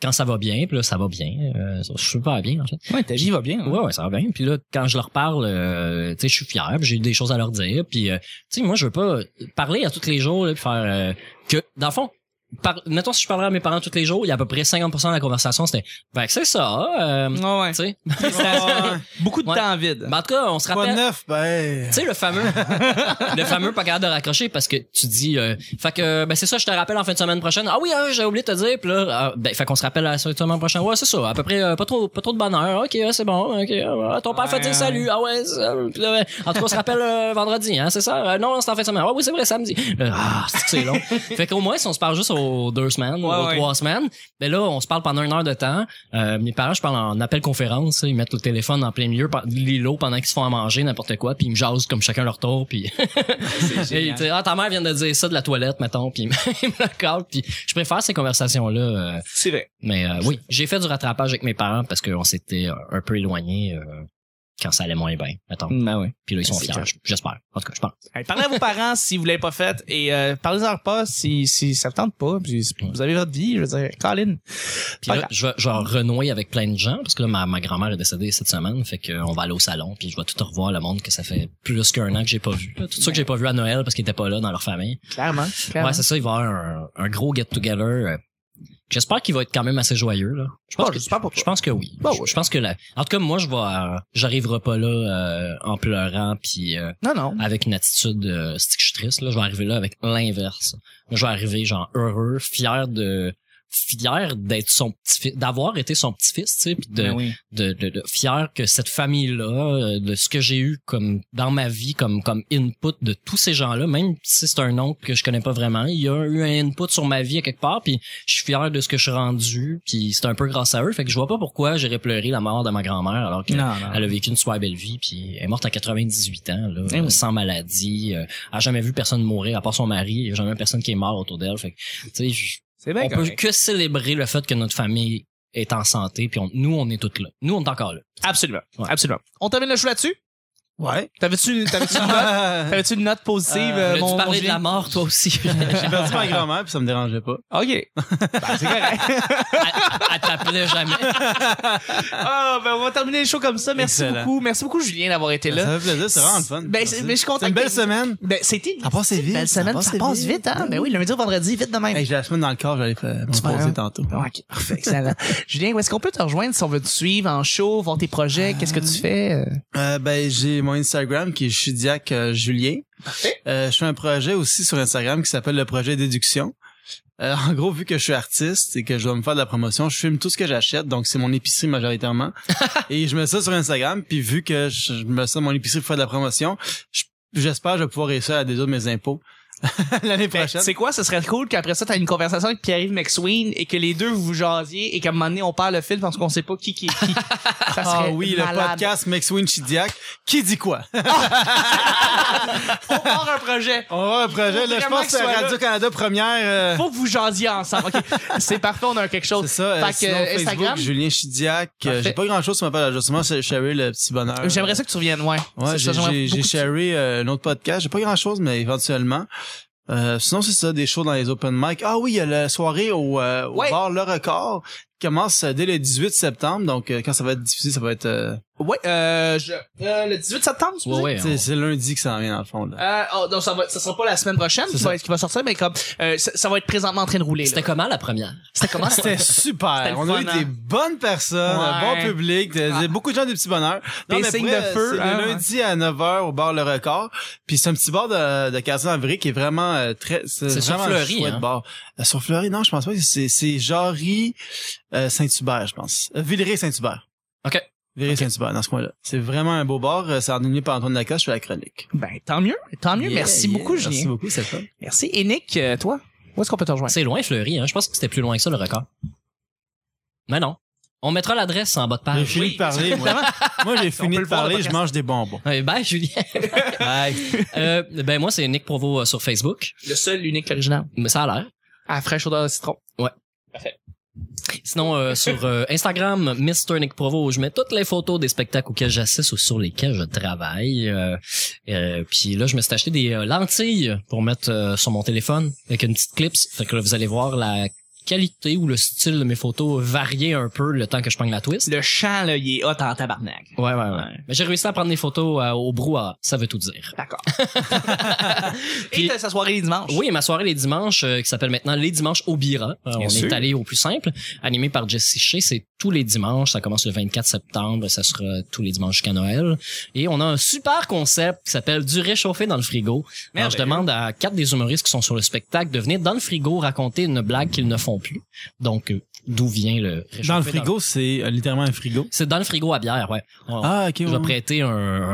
[SPEAKER 3] quand ça va bien, puis là, ça va bien, euh, je suis pas bien, en fait.
[SPEAKER 2] Ouais, ta vie va bien. hein.
[SPEAKER 3] Ouais, ouais, ça va bien. Puis là, quand je leur parle, euh, tu sais, je suis fier, puis j'ai des choses à leur dire. Puis, euh, tu sais, moi, je veux pas parler à tous les jours, là, puis faire euh, que, dans le fond, par, mettons si je parlerais à mes parents tous les jours, il y a à peu près 50% de la conversation, c'était, ben, c'est ça, euh,
[SPEAKER 2] Ouais, ouais.
[SPEAKER 3] tu sais.
[SPEAKER 1] Ouais.
[SPEAKER 2] Beaucoup de
[SPEAKER 3] Ouais.
[SPEAKER 2] temps vide.
[SPEAKER 3] Ben, en tout cas, on se
[SPEAKER 1] Pas
[SPEAKER 3] rappelle.
[SPEAKER 1] neuf, ben.
[SPEAKER 3] Tu sais, le fameux, le fameux pas capable de raccrocher parce que tu dis, euh, fait que, euh, ben, c'est ça, je te rappelle en fin de semaine prochaine. Ah oui, ah, j'ai oublié de te dire, puis là, ah, ben, fait qu'on se rappelle la semaine prochaine. Ouais, c'est ça, à peu près, euh, pas trop, pas trop de bonheur. Ok, ouais, c'est bon, ok, ah, ton père
[SPEAKER 2] Ouais,
[SPEAKER 3] fait dire
[SPEAKER 2] ouais.
[SPEAKER 3] salut. Ah ouais, c'est ça. Puis là, ben, en tout cas, on se rappelle euh, vendredi, hein, c'est ça? Euh, non, c'est en fin de semaine. Ah oui, c'est vrai, samedi. Euh, ah, c'est que c'est long. fait qu'au moins, si on se parle juste aux deux semaines, ou
[SPEAKER 2] Ouais,
[SPEAKER 3] aux
[SPEAKER 2] ouais.
[SPEAKER 3] trois semaines, ben là, on se parle pendant une heure de temps. Euh, mes parents, je parle en appel conférence, ils mettent le téléphone en plein milieu, par- les lots pendant qu'ils se font à manger, n'importe quoi, puis ils me jasent comme chacun leur tour, puis et, tu sais, ah, ta mère vient de dire ça de la toilette, mettons, puis il me le colle, puis je préfère ces conversations-là. euh,
[SPEAKER 2] C'est vrai.
[SPEAKER 3] mais euh, oui, j'ai fait du rattrapage avec mes parents parce qu'on s'était euh, un peu éloignés euh, quand ça allait moins bien, mettons.
[SPEAKER 2] Ben oui.
[SPEAKER 3] Puis là, ils sont
[SPEAKER 2] C'est
[SPEAKER 3] fiers,
[SPEAKER 2] clair.
[SPEAKER 3] j- j'espère. En tout cas, je pense.
[SPEAKER 2] parlez à vos parents si vous l'avez pas fait et euh, parlez-en pas si, si ça vous tente pas. Puis si vous avez votre vie, je veux dire, Colin.
[SPEAKER 3] Puis
[SPEAKER 2] Pas
[SPEAKER 3] là,
[SPEAKER 2] grave.
[SPEAKER 3] je vais, je vais en renouer avec plein de gens parce que là, ma, ma grand-mère est décédée cette semaine, fait qu'on va aller au salon, puis je vais tout revoir le monde que ça fait plus qu'un an que j'ai pas vu. là. Tout ça que j'ai pas vu à Noël parce qu'ils étaient pas là dans leur famille.
[SPEAKER 2] Clairement. clairement.
[SPEAKER 3] Ouais, c'est ça, il va y avoir un, un gros get-together. euh, J'espère qu'il va être quand même assez joyeux, là. Je pense,
[SPEAKER 2] Oh,
[SPEAKER 3] que,
[SPEAKER 2] j'espère pour toi.
[SPEAKER 3] je pense que oui.
[SPEAKER 2] Bah
[SPEAKER 3] je,
[SPEAKER 2] ouais.
[SPEAKER 3] je pense que la, en tout cas, moi, je vais, euh, j'arriverai pas là, euh, en pleurant puis euh,
[SPEAKER 2] non, non.
[SPEAKER 3] avec une attitude, euh, c'est que je suis triste, là. Je vais arriver là avec l'inverse. Moi, je vais arriver, genre, heureux, fier de, fier d'être son petit-fils, d'avoir été son petit-fils, tu sais, puis de,
[SPEAKER 2] Ben oui.
[SPEAKER 3] de, de, de- fier que cette famille-là, euh, de ce que j'ai eu comme dans ma vie, comme comme input de tous ces gens-là, même si c'est un oncle que je connais pas vraiment, il y a eu un input sur ma vie à quelque part, puis je suis fier de ce que je suis rendu, puis c'est un peu grâce à eux, fait que je vois pas pourquoi j'aurais pleuré la mort de ma grand-mère alors qu'elle
[SPEAKER 2] Non, non.
[SPEAKER 3] a vécu une super belle vie, puis elle est morte à 98 ans, là,
[SPEAKER 2] Eh oui.
[SPEAKER 3] sans maladie, euh, elle a jamais vu personne mourir, à part son mari, il y a jamais personne qui est mort autour d'elle, fait que, tu sais, je-
[SPEAKER 2] C'est bien
[SPEAKER 3] on peut
[SPEAKER 2] Ben correct.
[SPEAKER 3] que célébrer le fait que notre famille est en santé, puis on- nous, on est toutes là. Nous, on est encore là.
[SPEAKER 2] Absolument.
[SPEAKER 3] Ouais.
[SPEAKER 2] Absolument. On termine le show là-dessus?
[SPEAKER 1] Ouais.
[SPEAKER 2] T'avais-tu, t'avais-tu une note? T'avais-tu une note positive,
[SPEAKER 1] Euh,
[SPEAKER 2] euh,
[SPEAKER 3] tu
[SPEAKER 2] mon, mon
[SPEAKER 3] parlais de la
[SPEAKER 2] Julien?
[SPEAKER 3] mort, toi aussi.
[SPEAKER 1] J'ai perdu ma grand-mère, puis ça me dérangeait pas.
[SPEAKER 2] OK. Ben, c'est correct.
[SPEAKER 3] Elle t'appelait jamais.
[SPEAKER 2] Ah, ben, on va terminer le show comme ça. Merci
[SPEAKER 1] Excellent.
[SPEAKER 2] beaucoup. Merci beaucoup, Julien, d'avoir été là.
[SPEAKER 1] Ça fait plaisir, c'est vraiment le fun.
[SPEAKER 2] Ben, c'est- mais je suis content
[SPEAKER 1] C'est une
[SPEAKER 2] que-
[SPEAKER 1] belle semaine.
[SPEAKER 2] Ben, c'était
[SPEAKER 1] Ça passe vite.
[SPEAKER 2] belle semaine. Ça passe vite, hein? Ben oui, lundi au vendredi, vite demain.
[SPEAKER 1] Hey, j'ai la semaine dans le corps, j'allais faire euh, me
[SPEAKER 2] vas, hein?
[SPEAKER 1] poser tantôt.
[SPEAKER 2] Ok, parfait, excellent. Julien, où est-ce qu'on peut te rejoindre si on veut te suivre en show, voir tes projets, qu'est-ce que tu fais? euh?
[SPEAKER 1] Euh, ben, j'ai mon Instagram qui est Chudiac euh, Julien. Euh, je fais un projet aussi sur Instagram qui s'appelle le projet déduction. Euh, en gros, vu que je suis artiste et que je dois me faire de la promotion, je filme tout ce que j'achète, donc c'est mon épicerie majoritairement. et je mets ça sur Instagram, puis vu que je je mets ça mon épicerie pour faire de la promotion, je, J'espère que je vais pouvoir réussir à déduire mes impôts l'année
[SPEAKER 2] Fait,
[SPEAKER 1] prochaine.
[SPEAKER 2] Ben, C'est quoi? Ce serait cool qu'après ça, t'as une conversation avec Pierre-Yves McSween et que les deux vous vous jasiez et qu'à un moment donné, on perd le fil parce qu'on sait pas qui qui est qui. ça serait
[SPEAKER 1] Ah oui,
[SPEAKER 2] malade.
[SPEAKER 1] le podcast Maxwin Chidiac. Qui dit quoi?
[SPEAKER 2] On part un projet.
[SPEAKER 1] On va avoir un projet.
[SPEAKER 2] faut
[SPEAKER 1] Là, je
[SPEAKER 2] vraiment
[SPEAKER 1] pense que c'est
[SPEAKER 2] qu'il soit là.
[SPEAKER 1] Radio-Canada première. euh,
[SPEAKER 2] Faut que vous jasiez ensemble. ok? c'est parfait, on a quelque
[SPEAKER 1] c'est
[SPEAKER 2] chose.
[SPEAKER 1] ça. euh,
[SPEAKER 2] Fait que,
[SPEAKER 1] sinon,
[SPEAKER 2] euh,
[SPEAKER 1] Facebook,
[SPEAKER 2] Instagram?
[SPEAKER 1] Julien Chidiac. euh,
[SPEAKER 2] Parfait.
[SPEAKER 1] j'ai pas grand-chose sur ma page. Justement, c'est Sherry, le petit bonheur.
[SPEAKER 2] J'aimerais ça que tu reviennes, ouais.
[SPEAKER 1] Ouais,
[SPEAKER 2] Ça,
[SPEAKER 1] j'ai-
[SPEAKER 2] j'aimerais
[SPEAKER 1] j'ai j'ai
[SPEAKER 2] beaucoup que tu-
[SPEAKER 1] Sherry, euh, un autre podcast. J'ai pas grand-chose, mais éventuellement. Euh, sinon, c'est ça, des shows dans les open mic. Ah oui, il y a la soirée au, euh, au
[SPEAKER 2] Ouais.
[SPEAKER 1] bar Le Record qui commence euh, dès le 18 septembre. Donc, euh, quand ça va être diffusé, ça va être... euh,
[SPEAKER 2] Ouais, euh, je- euh, le 18 septembre, tu
[SPEAKER 3] Ouais,
[SPEAKER 2] dis?
[SPEAKER 3] ouais.
[SPEAKER 1] c'est c'est lundi que ça en vient, dans le fond. Là.
[SPEAKER 2] Euh, oh, non, ça va, ça sera pas la semaine prochaine qui
[SPEAKER 1] ça.
[SPEAKER 2] va, qui va sortir, mais comme, euh, ça, ça va être présentement en train de rouler.
[SPEAKER 3] C'était
[SPEAKER 2] là.
[SPEAKER 3] comment la première?
[SPEAKER 2] C'était comment?
[SPEAKER 1] C'était super.
[SPEAKER 2] C'était le
[SPEAKER 1] On a
[SPEAKER 2] fun,
[SPEAKER 1] eu
[SPEAKER 2] hein?
[SPEAKER 1] des bonnes personnes,
[SPEAKER 2] Ouais.
[SPEAKER 1] un bon public, de-
[SPEAKER 2] Ah.
[SPEAKER 1] beaucoup de gens des petits bonheurs.
[SPEAKER 2] Des
[SPEAKER 1] mais
[SPEAKER 2] signes
[SPEAKER 1] pour
[SPEAKER 2] de
[SPEAKER 1] vrai,
[SPEAKER 2] feu,
[SPEAKER 1] c'est
[SPEAKER 2] hein,
[SPEAKER 1] le lundi à 9h au bar Le Record. Puis c'est un petit bar de, de quartier en vrai qui est vraiment euh, très...
[SPEAKER 3] C'est sur
[SPEAKER 1] vraiment
[SPEAKER 3] Fleury,
[SPEAKER 1] chouette
[SPEAKER 3] hein?
[SPEAKER 1] bar. Euh, sur Fleury, non, je pense pas. C'est, c'est Jarry euh, Saint-Hubert, je pense. Euh, Villeray-Saint-Hubert.
[SPEAKER 3] OK.
[SPEAKER 1] Villeray-Saint-Hubert, dans ce coin-là. C'est vraiment un beau bar. Euh, C'est animé par Antoine Lacoste, je fais la chronique.
[SPEAKER 2] Ben, tant mieux, tant mieux.
[SPEAKER 1] Yeah,
[SPEAKER 2] merci
[SPEAKER 1] yeah.
[SPEAKER 2] beaucoup,
[SPEAKER 1] Merci
[SPEAKER 2] Julien.
[SPEAKER 1] beaucoup, c'est fun.
[SPEAKER 2] Merci. Et Nick, euh, toi, où est-ce qu'on peut te rejoindre?
[SPEAKER 3] C'est loin, Fleury. Hein? Je pense que c'était plus loin que ça, le record. Mais non. On mettra l'adresse en bas
[SPEAKER 1] J'ai
[SPEAKER 3] de page.
[SPEAKER 1] fini de parler, moi. Moi, j'ai fini
[SPEAKER 2] Ah, peut
[SPEAKER 1] de
[SPEAKER 2] le voir, le
[SPEAKER 1] parler, je
[SPEAKER 2] podcast.
[SPEAKER 1] mange des bonbons.
[SPEAKER 3] Eh ben, Julien. Euh, ben, moi, c'est Nick Provo euh, sur Facebook.
[SPEAKER 2] Le seul, l'unique, l'original.
[SPEAKER 3] Mais ça a l'air.
[SPEAKER 2] À la fraîche odeur de citron.
[SPEAKER 3] Sinon, euh, sur euh, Instagram, Mr. Nick Provo, je mets toutes les photos des spectacles auxquels j'assiste ou sur lesquels je travaille. Euh, euh, puis là, je me suis acheté des euh, lentilles pour mettre euh, sur mon téléphone avec une petite clips. Fait que là, vous allez voir la qualité ou le style de mes photos varier un peu le temps que je prends la twist.
[SPEAKER 2] Le champ, là, il est hot en tabarnak.
[SPEAKER 3] Ouais, ouais, ouais. Mais j'ai réussi à prendre des photos euh, au brouhaha, ça veut tout dire.
[SPEAKER 2] D'accord. Et
[SPEAKER 3] Puis-
[SPEAKER 2] t'as sa soirée les dimanches.
[SPEAKER 3] Oui, ma soirée les dimanches, euh, qui s'appelle maintenant Les Dimanches au Bira. Euh,
[SPEAKER 2] Bien
[SPEAKER 3] on
[SPEAKER 2] sûr.
[SPEAKER 3] est allé au plus simple, animé par Jesse Shea. C'est tous les dimanches. Ça commence le 24 septembre. Ça sera tous les dimanches jusqu'à Noël. Et on a un super concept qui s'appelle Du réchauffé dans le frigo. Alors, je
[SPEAKER 2] Merveilleux.
[SPEAKER 3] demande à quatre des humoristes qui sont sur le spectacle de venir dans le frigo raconter une blague qu'ils ne font plus. Donc, euh, d'où vient le réchauffé
[SPEAKER 1] Dans le frigo, c'est euh, littéralement un frigo.
[SPEAKER 3] C'est dans le frigo à bière, ouais. On-
[SPEAKER 1] Ah, ok.
[SPEAKER 3] je
[SPEAKER 1] ouais.
[SPEAKER 3] vais prêter un,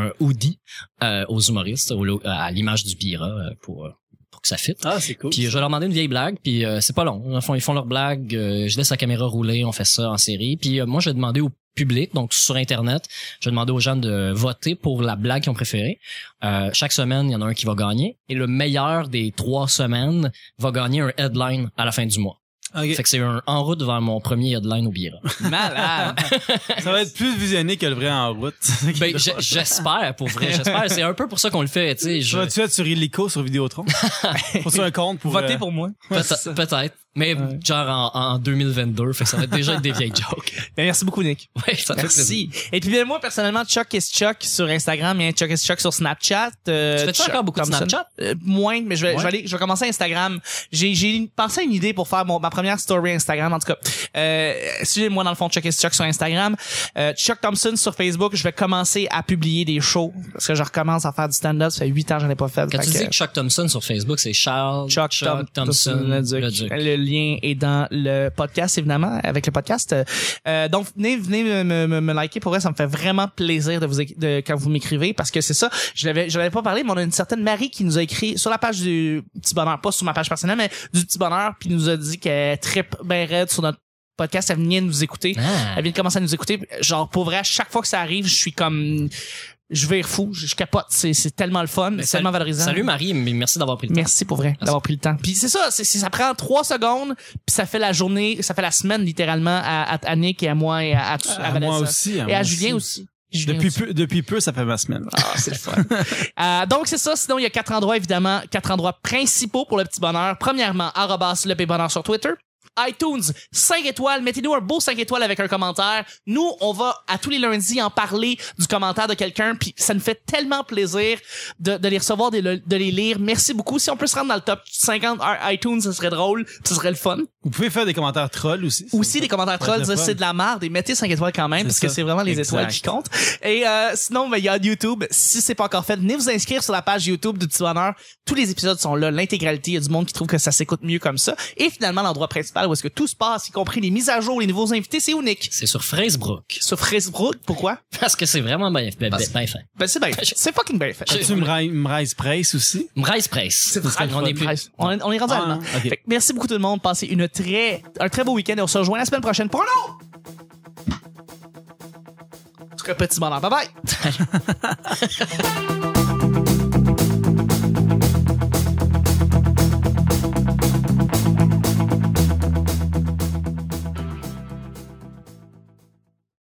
[SPEAKER 3] un hoodie euh, aux humoristes, au lo- à l'image du Bira, euh, pour, euh, pour que ça fitte.
[SPEAKER 1] Ah, c'est cool.
[SPEAKER 3] Puis euh, je vais leur demander une vieille blague, puis euh, c'est pas long. Dans le fond, ils font leur blague, euh, je laisse la caméra rouler, on fait ça en série. Puis euh, moi, je vais demander au public, donc sur Internet, je vais demander aux gens de voter pour la blague qu'ils ont préférée. Euh, chaque semaine, il y en a un qui va gagner. Et le meilleur des trois semaines va gagner un headline à la fin du mois.
[SPEAKER 1] Ok.
[SPEAKER 3] Fait que c'est un en route vers mon premier headline au Bira.
[SPEAKER 2] Malade.
[SPEAKER 1] Ça va être plus visionné que le vrai en route.
[SPEAKER 3] Ben, j- j'espère, pour vrai, j'espère. C'est un peu pour ça qu'on le fait, tu sais.
[SPEAKER 1] Je
[SPEAKER 3] je-
[SPEAKER 1] vais tu être sur Illico sur Vidéotron. Faut sur un compte pour
[SPEAKER 2] Votez
[SPEAKER 1] euh,
[SPEAKER 2] pour moi.
[SPEAKER 3] Peut-être, peut-être. mais
[SPEAKER 2] Ouais.
[SPEAKER 3] genre en, en 2022, fait que ça va déjà être des vieilles jokes.
[SPEAKER 2] Ben, merci beaucoup, Nick.
[SPEAKER 3] Ouais, ça fait plaisir.
[SPEAKER 2] Merci. Et puis, ben, moi, personnellement, Chuck is Chuck sur Instagram et Chuck is Chuck sur Snapchat. Euh,
[SPEAKER 3] Tu fais-tu
[SPEAKER 2] Chuck
[SPEAKER 3] encore beaucoup de
[SPEAKER 2] Thompson.
[SPEAKER 3] Snapchat?
[SPEAKER 2] Euh, moins, mais je vais,
[SPEAKER 3] Ouais.
[SPEAKER 2] je vais aller, je vais commencer Instagram. J'ai, j'ai pensé à une idée pour faire mon, ma première story Instagram, en tout cas. Euh, suivez-moi dans le fond, Chuck is Chuck sur Instagram. Euh, Chuck Thompson sur Facebook. Je vais commencer à publier des shows parce que je recommence à faire du stand-up. Ça fait huit ans que j'en ai pas fait.
[SPEAKER 3] Quand
[SPEAKER 2] Fait
[SPEAKER 3] tu
[SPEAKER 2] que-
[SPEAKER 3] dis Chuck Thompson sur Facebook, c'est Charles
[SPEAKER 2] Chuck, Tom- Thompson, le, Duc. Le lien est dans le podcast, évidemment, avec le podcast. Euh, donc, venez, venez me, me- me, me liker. Pour vrai, ça me fait vraiment plaisir de vous, éc- de, quand vous m'écrivez parce que c'est ça. Je l'avais, je l'avais pas parlé, mais on a une certaine Marie qui nous a écrit sur la page du Petit Bonheur, pas sur ma page personnelle, mais du Petit Bonheur, puis nous a dit qu'elle trip ben raide sur notre podcast. Elle venait nous écouter.
[SPEAKER 3] Ah.
[SPEAKER 2] Elle vient de commencer à nous écouter. Genre, pour vrai, à chaque fois que ça arrive, je suis comme, je vais fou, je, je capote. C'est, c'est tellement le fun, c'est tellement valorisant.
[SPEAKER 3] Salut Marie, mais merci d'avoir pris le temps.
[SPEAKER 2] Merci pour vrai d'avoir pris le temps. Puis c'est ça, c'est, c'est- ça prend trois secondes, puis ça fait la journée, ça fait la semaine littéralement à, à, à Nick et à moi et à, à, à
[SPEAKER 1] à
[SPEAKER 2] Vanessa.
[SPEAKER 1] moi aussi.
[SPEAKER 2] et
[SPEAKER 1] moi
[SPEAKER 2] à Julien aussi. Julien
[SPEAKER 1] Depuis
[SPEAKER 2] aussi.
[SPEAKER 1] peu, depuis peu, ça fait ma semaine.
[SPEAKER 2] Ah, c'est le fun. Euh, donc, c'est ça. Sinon, il y a quatre endroits, évidemment, quatre endroits principaux pour le petit bonheur. Premièrement, arrobas le petit bonheur sur Twitter. iTunes, 5 étoiles. Mettez-nous un beau 5 étoiles avec un commentaire. Nous, on va à tous les lundis en parler du commentaire de quelqu'un. Puis ça nous fait tellement plaisir de, de les recevoir, de, le- de les lire. Merci beaucoup. Si on peut se rendre dans le top 50 à iTunes, ce serait drôle. puis Ce serait le fun.
[SPEAKER 1] Vous pouvez faire des commentaires trolls aussi.
[SPEAKER 2] Aussi des commentaires
[SPEAKER 1] Ouais,
[SPEAKER 2] trolls,
[SPEAKER 1] c'est le fun.
[SPEAKER 2] c'est de la merde. Et mettez 5 étoiles quand même,
[SPEAKER 1] C'est
[SPEAKER 2] parce que
[SPEAKER 1] ça.
[SPEAKER 2] c'est vraiment les
[SPEAKER 1] Exact.
[SPEAKER 2] étoiles qui comptent. Et euh, sinon, ben, il y a YouTube. Si c'est pas encore fait, venez vous inscrire sur la page YouTube du Petit Bonheur. Tous les épisodes sont là, l'intégralité. Il y a du monde qui trouve que ça s'écoute mieux comme ça. Et finalement, l'endroit principal, principale où est-ce que tout se passe, y compris les mises à jour, les nouveaux invités, c'est unique.
[SPEAKER 3] C'est sur Facebook.
[SPEAKER 2] Sur Facebook, pourquoi?
[SPEAKER 3] Parce que c'est vraiment bien, bien, bien- bien fait.
[SPEAKER 2] Ben, c'est bien fait. C'est fucking bien fait.
[SPEAKER 1] As-tu Mrise Price aussi?
[SPEAKER 3] Mrise Press.
[SPEAKER 1] vrai,
[SPEAKER 3] Ah, On est plus.
[SPEAKER 2] On, est- on est rendu
[SPEAKER 1] Ah,
[SPEAKER 2] allemand.
[SPEAKER 1] hein, ok.
[SPEAKER 2] Fait que merci beaucoup tout le monde. Passez une très, un très beau week-end et on se rejoint la semaine prochaine pour un autre! Très petit bonheur. Bye bye!